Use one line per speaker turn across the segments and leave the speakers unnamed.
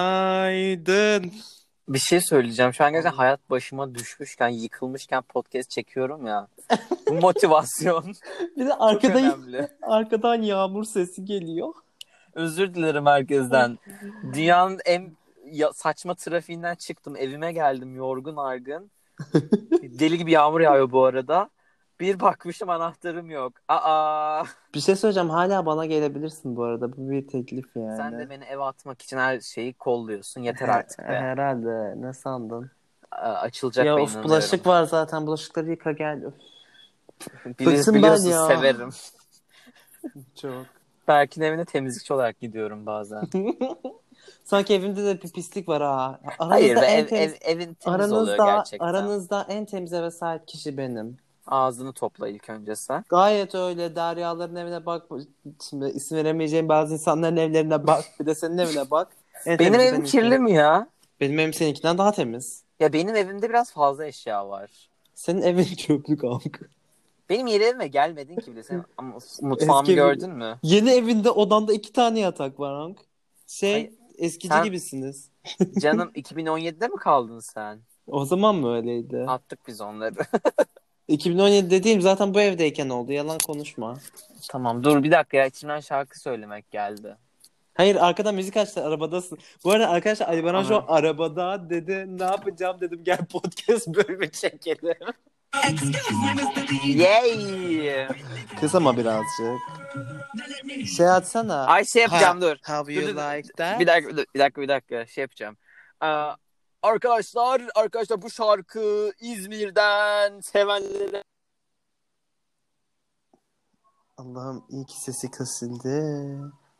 Günaydın.
Bir şey söyleyeceğim. Şu an gerçekten hayat başıma düşmüşken, yıkılmışken podcast çekiyorum ya. Bu motivasyon
Bir de
çok
arkadan,
önemli.
arkadan yağmur sesi geliyor.
Özür dilerim herkesten. Dünyanın en ya- saçma trafiğinden çıktım. Evime geldim yorgun argın. Deli gibi yağmur yağıyor bu arada. Bir bakmışım anahtarım yok. Aa!
Bir şey söyleyeceğim hala bana gelebilirsin bu arada. Bu bir teklif yani.
Sen de beni eve atmak için her şeyi kolluyorsun. Yeter artık be.
Herhalde ne sandın?
Aa, Açılacak
ya
be
of
inanıyorum.
bulaşık var zaten bulaşıkları yıka gel. Öf,
Bili-
Bıktım ben
biliyorsun
ya.
severim.
çok.
Berk'in evine temizlikçi olarak gidiyorum bazen.
Sanki evimde de bir pislik var ha. Aranızda
Hayır be
en
ev,
temiz-
ev, evin temiz oluyor
aranızda,
gerçekten.
aranızda en temiz eve sahip kişi benim.
Ağzını topla ilk önce sen.
Gayet öyle Deryaların evine bak. Şimdi isim veremeyeceğim bazı insanların evlerine bak. Bir de senin evine bak. En
Benim
temizi
evim
seninki.
kirli mi ya?
Benim evim seninkinden daha temiz.
Ya benim evimde biraz fazla eşya var.
Senin evin çöplük kanka.
Benim yeni evime gelmedin ki bile. Sen ama mutfağımı
Eski bir-
gördün mü?
Yeni evinde odanda iki tane yatak var Hank. Şey
Hayır,
eskici
sen-
gibisiniz.
Canım 2017'de mi kaldın sen?
O zaman mı öyleydi?
Attık biz onları.
2017 dediğim zaten bu evdeyken oldu. Yalan konuşma.
tamam dur bir dakika ya içimden şarkı söylemek geldi.
Hayır arkada müzik açtı arabadasın. Bu arada arkadaşlar Ali bana şu
Aha.
an arabada dedi ne yapacağım dedim gel podcast bölümü çekelim.
Yay!
Kız ama birazcık. Şey atsana.
Ay şey yapacağım dur.
How
you
like that?
Bir dakika, bir dakika, bir dakika. Şey yapacağım. Aa, arkadaşlar, arkadaşlar bu şarkı İzmir'den sevenlere...
Allah'ım iyi ki sesi kesildi.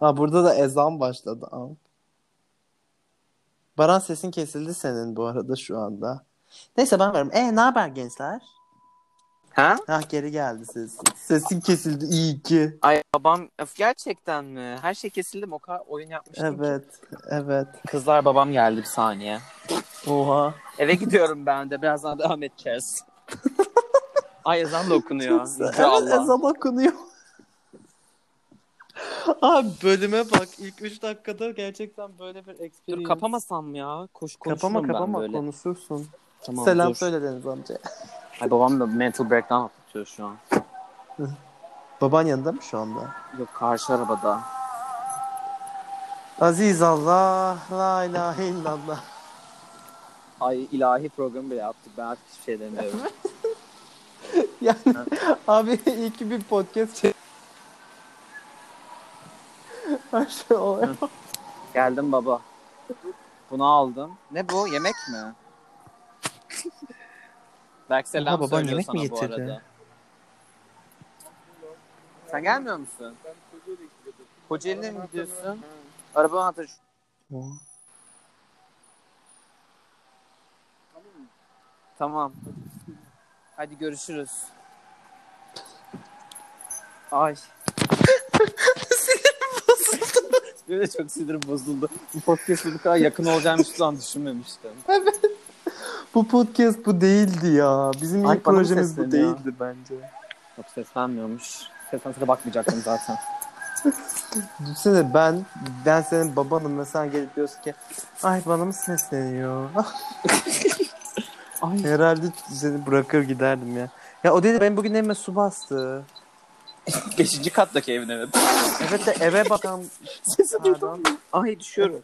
Ha burada da ezan başladı. Al. Baran sesin kesildi senin bu arada şu anda. Neyse ben varım. E ne haber gençler?
Ha?
Ha geri geldi sesin. Sesin kesildi iyi ki.
Ay babam Öf, gerçekten mi? Her şey kesildi mi? O kadar oyun yapmıştım ki.
Evet. Evet.
Kızlar babam geldi bir saniye.
Oha.
Eve gidiyorum ben de. Birazdan devam edeceğiz. Ay ezan da okunuyor.
Evet
Yüce Allah.
ezan okunuyor. Abi bölüme bak. İlk 3 dakikada gerçekten böyle bir experience.
Dur kapamasam ya. Koş konuşurum
Kapama kapama
ben böyle.
konuşursun.
Tamam,
Selam
dur.
söyle Deniz amca.
Ay babam da mental breakdown atlatıyor şu an.
Baban yanında mı şu anda?
Yok karşı arabada.
Aziz Allah, la ilahe illallah.
Ay ilahi programı bile yaptık. Ben artık hiçbir şey demiyorum.
Yani abi iyi ki bir podcast çek. Her şey oluyor.
Geldim baba. Bunu aldım. Ne bu? Yemek mi? Berk selam
Oha, baban
söylüyor
yemek
sana
mi
bu
getirdi?
arada. Sen gelmiyor musun? Ben Kocaeli'ne mi gidiyorsun? Araba anahtarı şu- Tamam. Hadi görüşürüz. Ay. sinirim bozuldu. Benim de çok sinirim bozuldu. Bu podcast'e bu kadar yakın olacağımı hiçbir zaman düşünmemiştim.
bu podcast bu değildi ya. Bizim
Ay,
ilk
bana mı
projemiz bu
sesleniyor?
değildi bence.
Yok seslenmiyormuş. Seslense de bakmayacaktım zaten.
Düşünsene ben, ben senin babanım ve sen gelip diyorsun ki ay bana mı sesleniyor?
Ay.
Herhalde seni bırakır giderdim ya. Ya o dedi ben bugün evime su bastı.
Beşinci kattaki evin evet.
Evet de eve bakan
Sesi
adam
Ay düşüyorum.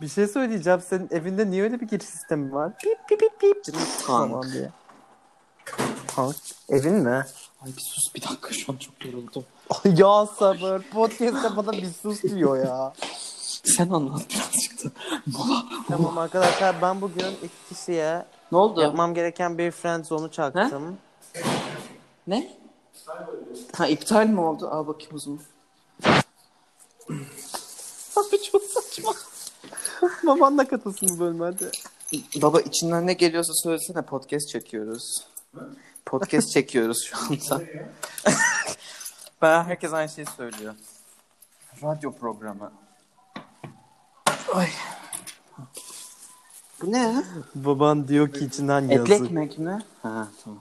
Bir şey söyleyeceğim. Senin evinde niye öyle bir giriş sistemi var? Pip pip pip pip. Tamam diye. Tank. Evin mi?
Ay bir sus bir dakika şu an çok yoruldum.
Ay ya sabır. Podcast'te bana bir sus diyor ya.
Sen anlat birazcık da.
tamam arkadaşlar ben bugün iki kişiye
Ne oldu?
yapmam gereken bir friend zone'u çaktım.
Ne? Ha iptal mi oldu? Al bakayım uzun.
Abi çok saçma. Baban da katılsın bu bölüme hadi.
Baba içinden ne geliyorsa söylesene podcast çekiyoruz. Podcast çekiyoruz şu anda. ben herkes aynı şeyi söylüyor. Radyo programı. Ay. Bu ne?
Baban diyor ki içinden
Etli
yazık.
ekmek mi? Ha tamam.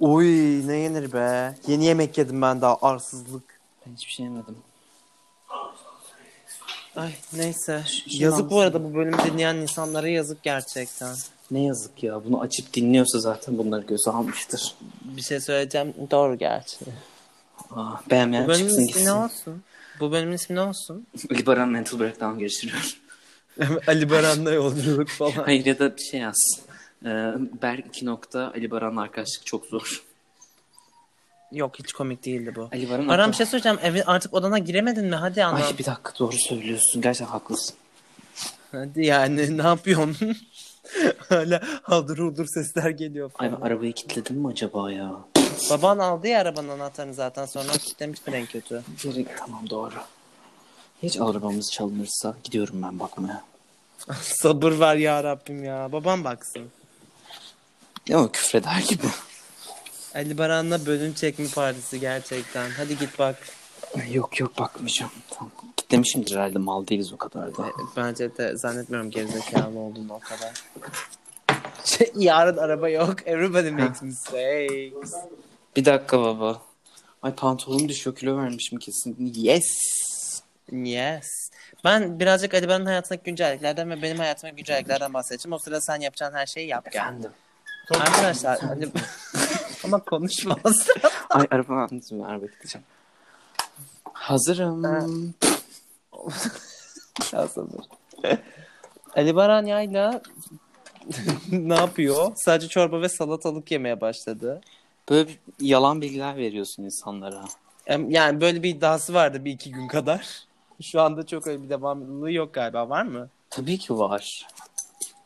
Oy ne yenir be. Yeni yemek yedim ben daha arsızlık.
Ben hiçbir şey yemedim.
Ay neyse. şey
Şimdi
yazık
anlasın.
bu arada bu bölümü dinleyen insanlara yazık gerçekten. Ne yazık ya bunu açıp dinliyorsa zaten bunları göze almıştır. Bir şey söyleyeceğim doğru gerçi.
Aa,
Bu
beğenmeyen
bölümün
çıksın
ismi
gitsin.
ne olsun? Bu bölümün ismi ne olsun?
Liberal mental breakdown geçiriyor.
Ali Baran'la yolculuk falan.
Hayır ya da bir şey yaz. Ee, Berk 2 nokta Ali Baran'la arkadaşlık çok zor.
Yok hiç komik değildi bu.
Ali Baran
Baran bir şey söyleyeceğim. Evin artık odana giremedin mi? Hadi anlat.
Ay bir dakika doğru söylüyorsun. Gerçekten haklısın.
Hadi yani ne yapıyorsun? Hala haldır huldur sesler geliyor
Ay
falan.
ben arabayı kilitledim mi acaba ya?
Baban aldı ya arabanın anahtarını zaten sonra kilitlemiştir en kötü.
Geri, tamam doğru. Hiç arabamız çalınırsa gidiyorum ben bakmaya.
Sabır ver ya Rabbim ya. Babam baksın.
Ya o küfreder gibi.
Ali Baran'la bölüm çekme partisi gerçekten. Hadi git bak.
Ay, yok yok bakmayacağım. Tamam. Kitlemişimdir herhalde mal değiliz o kadar da.
Bence de zannetmiyorum gerizekalı olduğunu o kadar. Şey, Yarın araba yok. Everybody makes mistakes.
Bir dakika baba. Ay pantolonum düşüyor kilo vermişim kesin. Yes.
Yes. Ben birazcık Ali Baran'ın hayatındaki güncelliklerden ve benim hayatımdaki güncelliklerden bahsedeceğim. O sırada sen yapacağın her şeyi yap. gel.
Efendim.
Arkadaşlar Ali... Ama konuşma o sırada.
Ay araba anlatayım araba gideceğim. Hazırım.
Ya sabır. Ali Baran yayla ne yapıyor? Sadece çorba ve salatalık yemeye başladı.
Böyle bir yalan bilgiler veriyorsun insanlara.
Em, Yani böyle bir iddiası vardı bir iki gün kadar. Şu anda çok öyle bir devamlılığı yok galiba var mı?
Tabii ki var.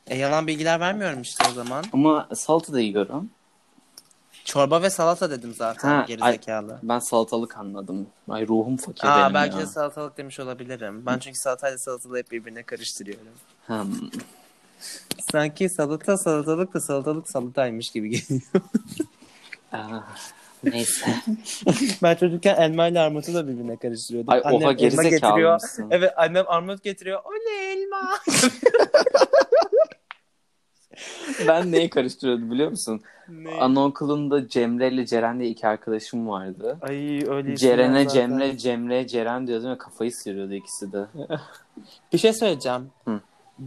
E, yalan bilgiler vermiyorum işte o zaman.
Ama salata da yiyorum.
Çorba ve salata dedim zaten
Ha,
gerizekalı.
Ben salatalık anladım. Ay ruhum fakir
Aa,
benim
belki
şey ya.
de salatalık demiş olabilirim. Ben çünkü salatayla salatalığı hep birbirine karıştırıyorum.
Hmm.
Sanki salata salatalık da salatalık salataymış gibi geliyor.
Aa, ah, neyse.
Ben çocukken elma ile armutu da birbirine karıştırıyordum.
Ay
Annem
oha
elma
gerizekalı
getiriyor.
mısın?
Evet annem armut getiriyor. Oley elma.
Ben neye karıştırıyordum biliyor musun? Anaokulunda Cemre ile Ceren diye iki arkadaşım vardı.
Ay öyle isimler
Ceren'e
zaten.
Cemre, Cemre, Ceren diyordum ve kafayı sıyırıyordu ikisi de.
bir şey söyleyeceğim.
Hı.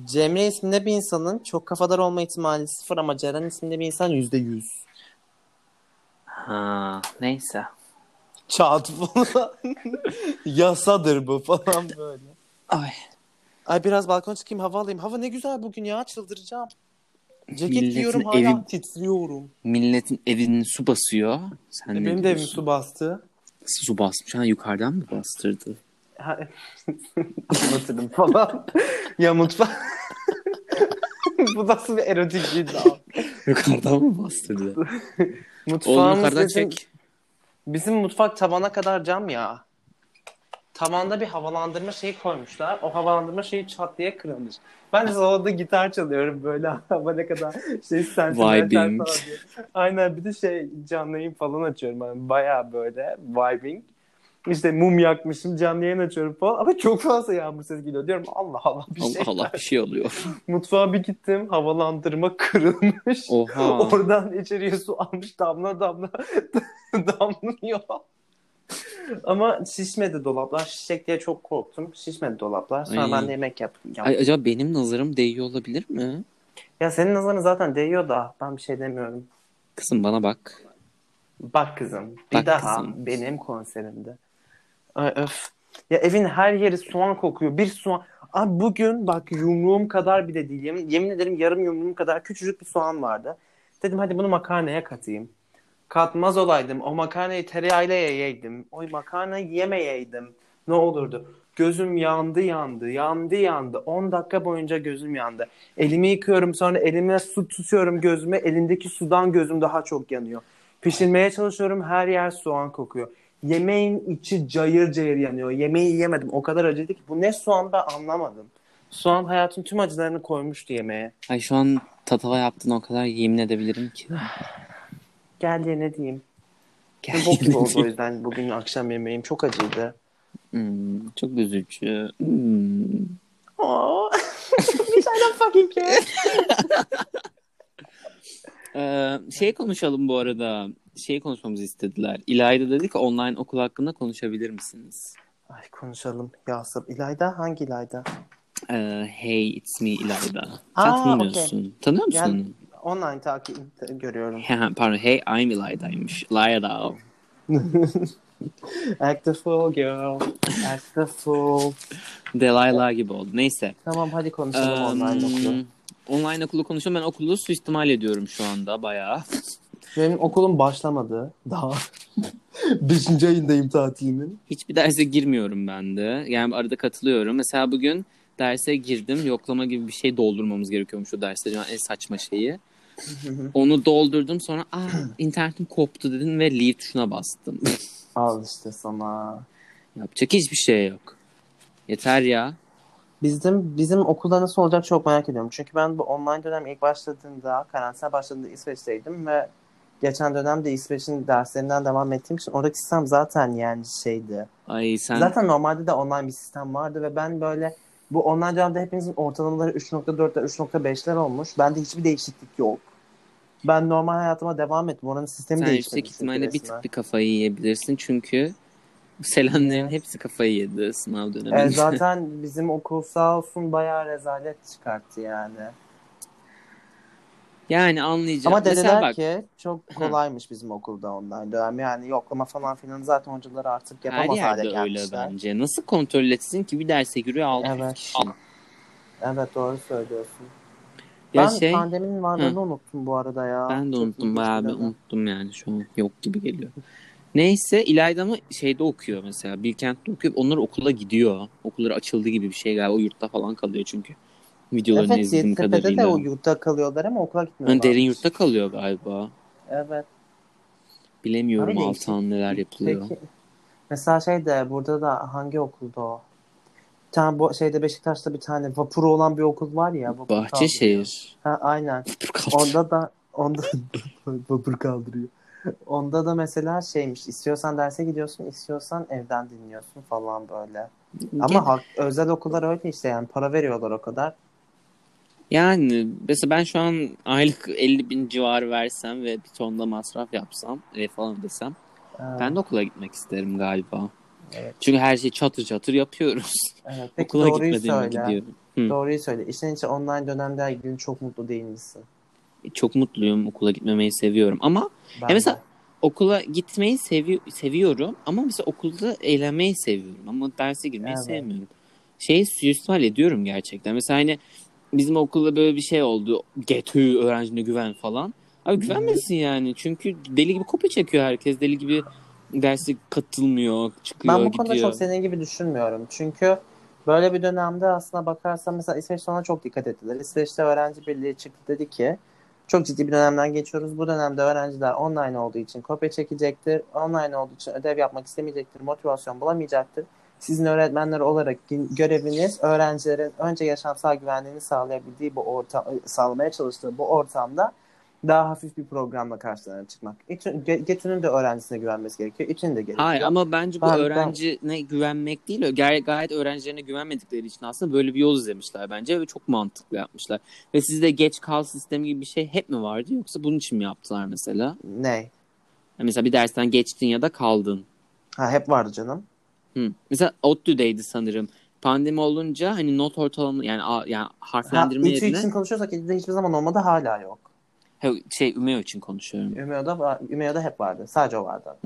Cemre isminde bir insanın çok kafadar olma ihtimali sıfır ama Ceren isminde bir insan yüzde yüz.
Ha, Ah, neyse.
Çağat falan. Yasadır bu falan böyle.
Ay.
Ay biraz balkona çıkayım hava alayım. Hava ne güzel bugün ya çıldıracağım. Ceket
Milletin
giyiyorum hala
evi-
titriyorum.
Milletin evinin su basıyor. Sen ne
E, Benim de evim
diyorsun?
su bastı.
Su basmış. Ha, yukarıdan mı bastırdı?
Ha- anlatırım falan. ya mutfak. Bu nasıl bir erotik ciddi abi?
Yukarıdan mı bastırdı? Oğlum
Mutfağımız
yukarıdan
bizim,
çek.
bizim mutfak tavana kadar cam ya. Tavanda bir havalandırma şeyi koymuşlar. O havalandırma şeyi çat diye kırılmış. Ben de salonda gitar çalıyorum böyle havana kadar şey sentimental falan
Vibing.
diye. Aynen bir de şey canlı yayın falan açıyorum. Yani bayağı böyle vibing. İşte mum yakmışım canlı yayın açıyorum falan. Ama çok fazla yağmur sesi geliyor. Diyorum Allah Allah bir şey.
Allah Allah bir şey oluyor.
Mutfağa bir gittim havalandırma kırılmış.
Oha.
Oradan içeriye su almış damla damla damlıyor. Ama şişmedi dolaplar. Şişecek diye çok korktum. Şişmedi dolaplar. Sonra
Ay.
ben de yemek yaptım.
Ay, acaba benim nazarım değiyor olabilir mi?
Ya senin nazarın zaten değiyor da ben bir şey demiyorum.
Kızım bana bak.
Bak kızım bir
Bak
daha
kızım.
benim konserimde. Ay, öf. Ya evin her yeri soğan kokuyor. Bir soğan. Abi bugün bak yumruğum kadar bile değil. Yemin, yemin ederim yarım yumruğum kadar küçücük bir soğan vardı. Dedim hadi bunu makarnaya katayım. Katmaz olaydım. O makarnayı tereyağıyla yeyeydim. O makarnayı yemeyeydim. Ne olurdu? Gözüm yandı yandı. Yandı yandı. 10 dakika boyunca gözüm yandı. Elimi yıkıyorum sonra elime su tutuyorum gözüme. Elimdeki sudan gözüm daha çok yanıyor. Pişirmeye çalışıyorum her yer soğan kokuyor. Yemeğin içi cayır cayır yanıyor. Yemeği yemedim o kadar acıydı ki. Bu ne soğan ben anlamadım. Soğan hayatın tüm acılarını koymuştu yemeğe.
Ay şu an tatava yaptığına o kadar yemin edebilirim ki.
Gel diye ne diyeyim.
Gel.
Bok gibi oldu o yüzden bugün akşam yemeğim çok acıydı.
Hmm, çok üzücü. Hmm.
Oh. Bir tane fucking kere.
Ee, şey konuşalım bu arada. Şey konuşmamızı istediler. İlayda dedi ki online okul hakkında konuşabilir misiniz?
Ay konuşalım Yasir. İlayda hangi İlayda?
Ee, hey it's me İlayda.
Aa,
Sen tanımıyorsun. Tanıyor musun?
Yani-
onu?
Online takip görüyorum.
He, he, Pardon hey I'm İlayda'ymış. İlayda o.
Act the fool girl. Act the fool.
Delilah gibi oldu. Neyse.
Tamam hadi konuşalım online
Eee,
okulu.
Online okulu konuşuyorum. Ben okulu suistimal ediyorum şu anda bayağı.
Benim okulum başlamadı daha. Beşinci ayındayım tatilimin.
Hiçbir derse girmiyorum ben de. Yani arada katılıyorum. Mesela bugün derse girdim. Yoklama gibi bir şey doldurmamız gerekiyormuş o derste. Yani en saçma şeyi. Onu doldurdum sonra Aa, internetim koptu dedim ve leave tuşuna bastım.
Al işte sana.
Yapacak hiçbir şey yok. Yeter ya.
Bizim bizim okulda nasıl olacak çok merak ediyorum. Çünkü ben bu online dönem ilk başladığında, karantina başladığında İsveç'teydim ve geçen dönemde İsveç'in derslerinden devam ettiğim için oradaki sistem zaten yani şeydi.
Ay sen
Zaten normalde de online bir sistem vardı ve ben böyle bu online dönemde hepimizin ortalamaları 3.4'ler 3.5'ler olmuş. Bende hiçbir değişiklik yok. Ben normal hayatıma devam ettim. Oranın sistemi
sen
değişmedi.
yüksek
çünkü
ihtimalle bir
resmen.
tık bir kafayı yiyebilirsin çünkü Selenlerin hepsi kafayı yedi sınav döneminde.
E, zaten bizim okul sağ olsun bayağı rezalet çıkarttı yani.
Yani anlayacağım.
Ama dediler
Mesela bak
ki çok kolaymış bizim okulda online dönem. Yani yoklama falan filan zaten hocalar artık
her
yapamaz hale
yerde öyle
gelmişler.
bence. Nasıl kontrol etsin ki bir derse giriyor 600
Evet.
kişi.
Evet doğru söylüyorsun.
Ya
ben
şey
pandeminin varlığını unuttum bu arada ya.
ben de
Çok
unuttum
ilginç
bayağı bir
dönem.
unuttum yani şu an yok gibi geliyor. Neyse İlayda mı şeyde okuyor mesela Bilkent'te okuyor. Onlar okula gidiyor. Okulları açıldı gibi bir şey galiba. O yurtta falan kalıyor çünkü. Videolarını
Evet
izlediğim
Yeditepe'de de
kadarıyla.
o yurtta kalıyorlar ama okula gitmiyorlar.
Hani derin yurtta kalıyor galiba.
Evet.
Bilemiyorum
Öyle işte.
Altan neler yapılıyor.
Peki. Mesela şey de burada da hangi okulda o? Bir tane bu şeyde Beşiktaş'ta bir tane vapuru olan bir okul var ya. vapur kaldırıyor.
Bahçeşehir.
Ha, aynen. Onda da onda vapur kaldırıyor. Onda da mesela şeymiş. istiyorsan derse gidiyorsun, istiyorsan evden dinliyorsun falan böyle. Ama halk, özel okullar öyle işte yani para veriyorlar o kadar.
Yani mesela ben şu an aylık 50 bin civarı versem ve bir tonda masraf yapsam e, falan desem
Ee,
ben de okula gitmek isterim galiba.
Evet.
Çünkü her şeyi çatır çatır yapıyoruz.
evet. Peki
okula
doğruyu
gitmediğime
söyle.
gidiyorum.
Doğruyu söyle. İşin içi online dönemde ilgili çok mutlu değil misin?
Çok mutluyum okula gitmemeyi seviyorum ama
Ben
Ya mesela-
de.
okula gitmeyi sevi- seviyorum ama mesela okulda eğlenmeyi seviyorum ama derse girmeyi
Evet.
sevmiyorum. Şeyi suistimal ediyorum gerçekten. Mesela hani bizim okulda böyle bir şey oldu. Getü öğrencine güven falan. Abi güvenmesin yani. Çünkü deli gibi kopya çekiyor herkes. Deli gibi derse katılmıyor, çıkıyor,
Ben bu
gidiyor.
konuda çok senin gibi düşünmüyorum. Çünkü böyle bir dönemde aslına bakarsan mesela İsveç ona çok dikkat ettiler. İsveç'te öğrenci birliği çıktı dedi ki çok ciddi bir dönemden geçiyoruz. Bu dönemde öğrenciler online olduğu için kopya çekecektir. Online olduğu için ödev yapmak istemeyecektir. Motivasyon bulamayacaktır. Sizin öğretmenler olarak gö- göreviniz öğrencilerin önce yaşamsal güvenliğini sağlayabildiği bu ortam sağlamaya çalıştığı bu ortamda daha hafif bir programla karşılarına çıkmak. İçin, Ge- Getin'in de öğrencisine güvenmesi gerekiyor. İçin de gerekiyor.
Hayır ama bence bu
Ben- ben-
öğrencine güvenmek değil. Gay- gayet öğrencilerine güvenmedikleri için aslında böyle bir yol izlemişler bence ve çok mantıklı yapmışlar. Ve sizde geç kal sistemi gibi bir şey hep mi vardı yoksa bunun için mi yaptılar mesela?
Ne?
Ya mesela bir dersten geçtin ya da kaldın.
Ha hep vardı canım.
Hı. Mesela ODTÜ'deydi sanırım. Pandemi olunca hani not ortalama yani, a- yani
Ha,
harflendirme
ütü
yerine
için konuşuyorsak İTÜ'de hiçbir zaman olmadı hala yok.
Ha, şey Ümeo için konuşuyorum.
Ümeo'da, va- Ümeo'da hep vardı. Sadece o vardı.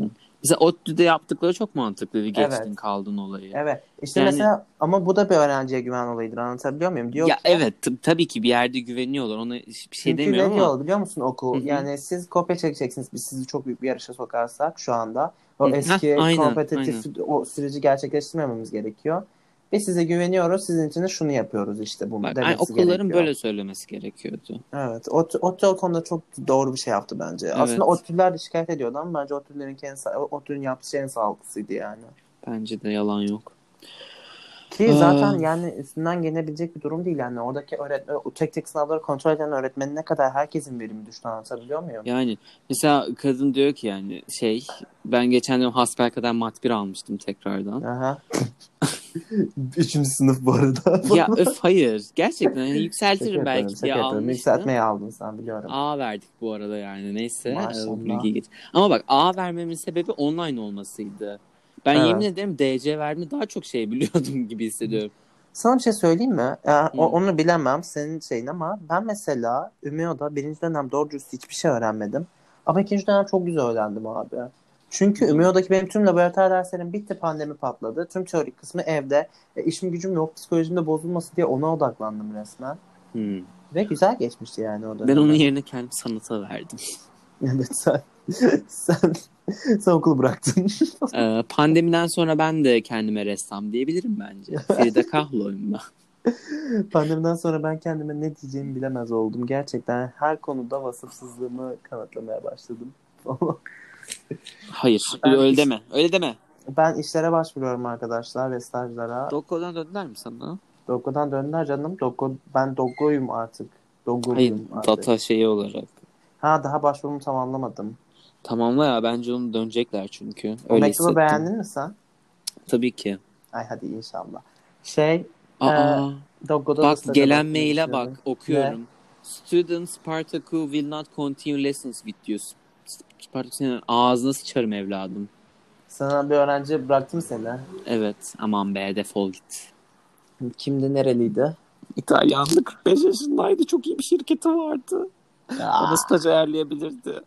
Mesela ODTÜ'de yaptıkları çok mantıklı. Bir geçtin
Evet.
kaldın olayı.
Evet. İşte
Yani-
mesela ama bu da bir öğrenciye güven olayıdır. Anlatabiliyor muyum? Diyor
ya
ki,
evet tab- tabii ki bir yerde güveniyorlar. Ona hiç- bir şey
çünkü
demiyorum
ne
ama.
diyor biliyor musun okul?
Hı hı.
Yani siz kopya çekeceksiniz. Biz sizi çok büyük bir yarışa sokarsak şu anda. O
Hı, heh,
eski
aynen,
kompetitif o süreci gerçekleştirmememiz gerekiyor. Biz size güveniyoruz. Sizin için de şunu yapıyoruz işte bunu
Bak, ay,
demesi
okulların
gerekiyor.
böyle söylemesi gerekiyordu.
Evet. Ot, Otto o konuda çok doğru bir şey yaptı bence. Aslında Ottüler de şikayet ediyordu ama bence Ottülerin kendi Ottülerin yaptığı şeyin sağlıklısıydı yani.
Bence de yalan yok.
Ki zaten
Aa.
yani üstünden gelebilecek bir durum değil yani. Oradaki öğretmen, o tek tek sınavları kontrol eden öğretmenin ne kadar herkesin verimi düştü anlatabiliyor muyum?
Yani mesela kadın diyor ki yani şey ben geçen dönem hasbelkader mat 1 almıştım tekrardan.
Aha. Üçüncü sınıf bu arada.
ya öf hayır. Gerçekten hani
Şaka
yükseltirim
yapıyorum,
belki
şaka
diye
yapıyorum.
almıştım.
Yükseltmeyi aldın sen biliyorum.
A verdik bu arada yani neyse.
Maşallah.
Ee, bilgiye geç. Ama bak A vermemin sebebi online olmasıydı. Ben
Evet.
yemin ederim DC verme daha çok şey biliyordum gibi hissediyorum.
Sana bir şey söyleyeyim mi? Ya, o-
Hı.
onu bilemem senin şeyin ama ben mesela Ümiyo'da birinci dönem doğru dürüst hiçbir şey öğrenmedim. Ama ikinci dönem çok güzel öğrendim abi. Çünkü Ümiyo'daki benim tüm laboratuvar derslerim bitti pandemi patladı. Tüm teorik kısmı evde. E, işim gücüm yok psikolojim de bozulması diye ona odaklandım resmen.
Hmm.
Ve güzel geçmişti yani o dönem.
Ben onun yerine kendim sanata verdim.
Evet sen, sen, sen okulu bıraktın.
Ee, pandemiden sonra ben de kendime ressam diyebilirim bence. Frida Kahlo'yum ben.
Pandemiden sonra ben kendime ne diyeceğimi bilemez oldum. Gerçekten her konuda vasıfsızlığımı kanıtlamaya başladım.
Hayır.
Ben-
öyle deme. Öyle deme.
Ben işlere başvuruyorum arkadaşlar ve stajlara.
Dokko'dan döndüler mi sana?
Doggo'dan döndüler canım. Doggo, ben Doggo'yum artık.
Hayır.
Doggo'yum artık.
Data şeyi olarak.
Ha daha başvurumu tamamlamadım.
Tamamla ya. Bence onu dönecekler çünkü.
O
Öyle
mektubu
hissettim.
beğendin mi sen?
Tabii ki.
Ay hadi inşallah. Şey
Aa,
Doggo'da da
bak
staja
gelen
bakmayı
maile bak.
düşünüyorum.
Okuyorum. Students Spartaku will not continue lessons with you. Spartaku senin ağzına sıçarım evladım.
Sana bir öğrenci bıraktım seni.
Evet. Aman be defol git.
Kimdi nereliydi?
İtalyanlı 45 yaşındaydı. Çok iyi bir şirketi vardı.
Aa,
stajyerleyebilirdi.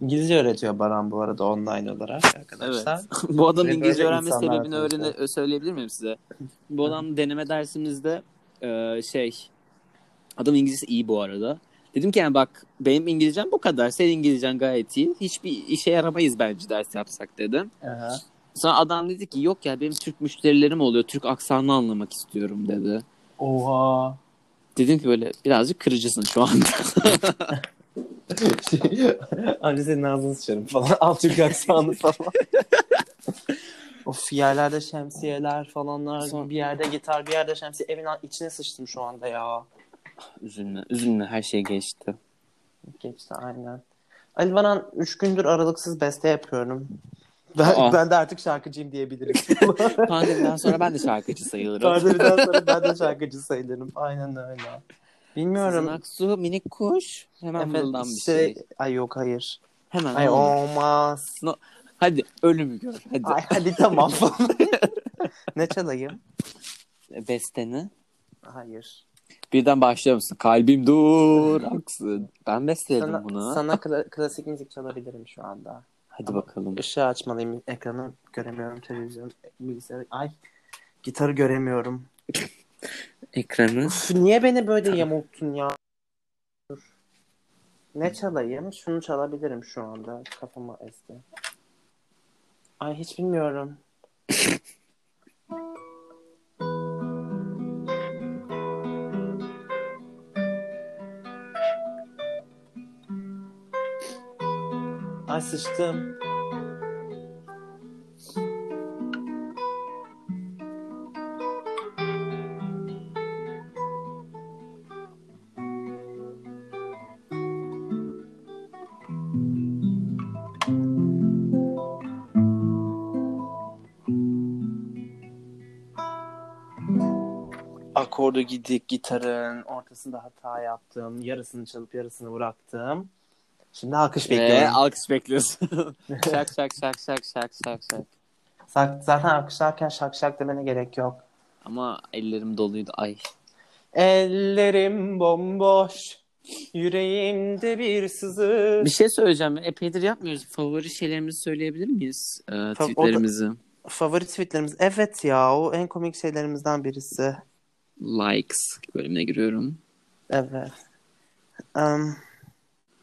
İngilizce öğretiyor Baran bu arada online olarak arkadaşlar.
Bu adam
Ve
İngilizce
böyle
öğrenme
insanlar
sebebini
arkadaşlar.
öğrene, söyleyebilir miyim size? Bu adam deneme dersimizde e, şey adam İngilizcesi iyi bu arada. Dedim ki yani bak benim İngilizcem bu kadar. Senin İngilizcen gayet iyi. Hiçbir işe yaramayız bence ders yapsak dedim.
Aha.
Sonra adam dedi ki yok ya benim Türk müşterilerim oluyor. Türk aksanını anlamak istiyorum dedi.
Oha.
Dedim ki böyle birazcık kırıcısın şu anda.
Anca senin ağzını sıçarım falan. Al Türk aksanı falan. of yerlerde şemsiyeler falanlar.
Son-
Bir yerde gitar bir yerde şemsiye. Evin a- içine sıçtım şu anda ya.
üzülme üzülme her şey geçti.
Geçti aynen. Ali Baran 3 gündür aralıksız beste yapıyorum. Ben,
Aa.
ben de artık şarkıcıyım diyebilirim.
Pandemiden sonra ben de şarkıcı sayılırım.
Pandemiden sonra ben de şarkıcı sayılırım. Aynen öyle. Bilmiyorum.
Sizin Aksu minik kuş. Hemen
Efendim,
mırıldan bir
şey-
şey.
Ay yok hayır.
Hemen.
Ay
hemen.
olmaz.
Hadi ölümü gör. Hadi.
Ay hadi tamam falan. ne çalayım?
Besteni.
Hayır.
Birden başlıyor musun? Kalbim dur aksın. Ben besteledim
Sana,
bunu.
sana kla- klasik müzik çalabilirim şu anda.
Hadi bakalım.
Işığı açmalıyım. Ekranı göremiyorum. Televizyon, bilgisayarı. Ay gitarı göremiyorum.
Ekranı.
Üf, niye beni böyle yamulttun ya? Dur. Ne çalayım? Şunu çalabilirim şu anda. Kafama esti. Ay hiç bilmiyorum. Ay sıçtım. Akordu gidik gitarın ortasında hata yaptım. Yarısını çalıp yarısını bıraktım. Şimdi alkış
Ve
bekliyorum.
alkış bekliyorsun. şak şak şak şak şak şak şak.
Sa- Zaten alkışlarken şak şak demene gerek yok.
Ama ellerim doluydu. Ay.
Ellerim bomboş, yüreğimde bir sızı.
Bir şey söyleyeceğim. Epeydir yapmıyoruz. Favori şeylerimizi söyleyebilir miyiz? Ee, tweetlerimizi.
Favori tweetlerimiz evet ya o en komik şeylerimizden birisi.
Likes bölümüne giriyorum.
Evet. Em,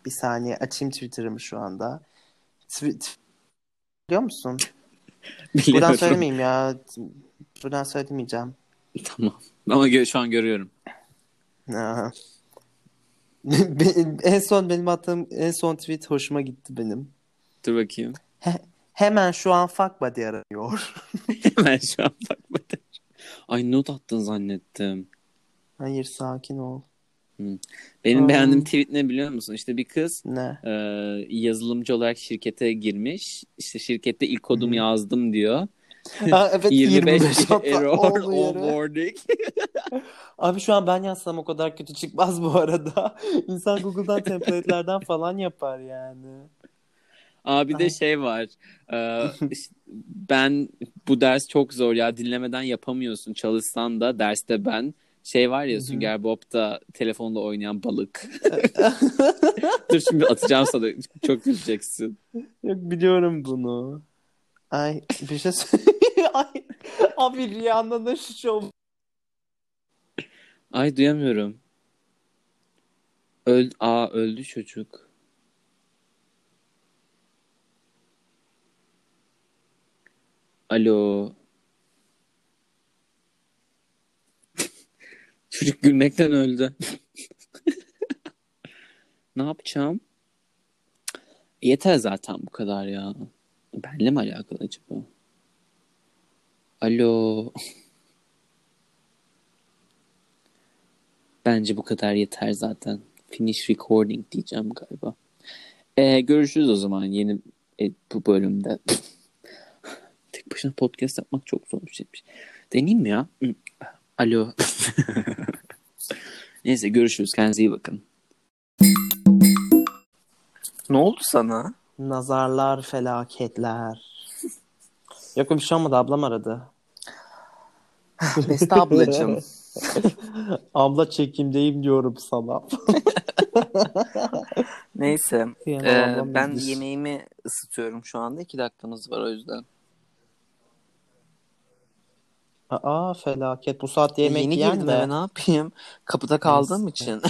bir saniye açayım Twitter'ımı şu anda. Tweet biliyor musun? Buradan
Biliyorum.
söylemeyeyim ya. Buradan söylemeyeceğim.
Tamam. Ama gö- şu an görüyorum.
Ha. Ee, Be- en son benim attığım en son tweet hoşuma gitti benim.
Dur bakayım.
Hemen şu an fuck buddy aranıyor.
Hemen şu an bakmadım. Ay not attın zannettim.
Hayır sakin ol.
Benim
Hmm.
beğendiğim tweet ne biliyor musun? İşte bir kız
Ne?
e, yazılımcı olarak şirkete girmiş. İşte şirkette ilk kodumu yazdım diyor.
Ha, evet
25
hata
error
oldu yere.
warning.
Abi şu an ben yazsam o kadar kötü çıkmaz bu arada. İnsan Google'dan template'lerden falan yapar yani.
Abi de şey var. e, işte ben bu ders çok zor ya dinlemeden yapamıyorsun çalışsan da derste ben şey var ya Sünger Bob'da telefonla oynayan balık. Dur şimdi atacağım sana çok güleceksin.
Yok biliyorum bunu. Ay bir şey söyle. Ay abi Rihanna'nın şu şov.
Ay duyamıyorum. Öl Aa öldü çocuk. Alo. Çocuk gülmekten öldü. Ne yapacağım? Yeter zaten bu kadar ya. Benle mi alakalı acaba? Alo. Bence bu kadar yeter zaten. Finish recording diyeceğim galiba. Ee, görüşürüz o zaman yeni e, bu bölümde. Tek başına podcast yapmak çok zor bir şeymiş. Deneyeyim mi ya? Hı. Alo. Neyse görüşürüz. Kendinize iyi bakın.
Ne oldu sana?
Nazarlar felaketler. Yok bir şey olmadı ablam aradı.
Beste ablacığım.
Abla çekimdeyim diyorum sana.
Neyse.
Yani
e,
Ee,
ablam
ben
bilir.
yemeğimi ısıtıyorum şu anda. İki dakikamız var o yüzden.
Aa felaket bu saatte yemek
Yeni
yiyen
girdim
de.
eve ne yapayım? Kapıda kaldığım için.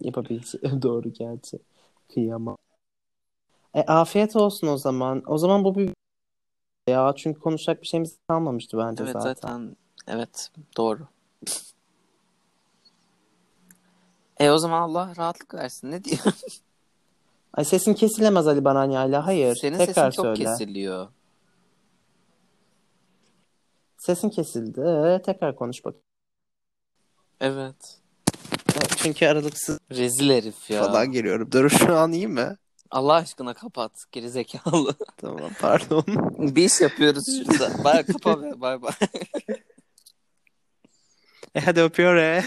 Yapabildi. Doğru gerçi. Kıyamam. E, afiyet olsun o zaman. O zaman bu bir ya çünkü konuşacak bir şeyimiz kalmamıştı bence
evet
zaten.
zaten. Evet doğru. E o zaman Allah rahatlık versin. Ne diyeyim?
Ay sesin kesilemez Ali Baranya'yla. Hayır.
Senin sesin
tekrar
çok
söyle.
kesiliyor.
Sesin kesildi. Tekrar konuş bak.
Evet.
Çünkü aralıksız
Rezil herif ya.
Falan geliyorum. Dur şu an iyi mi?
Allah aşkına kapat. Gerizekalı.
Tamam pardon.
Bir iş yapıyoruz şurada. Bay kapa be. Bay bay.
e hadi öpüyor e.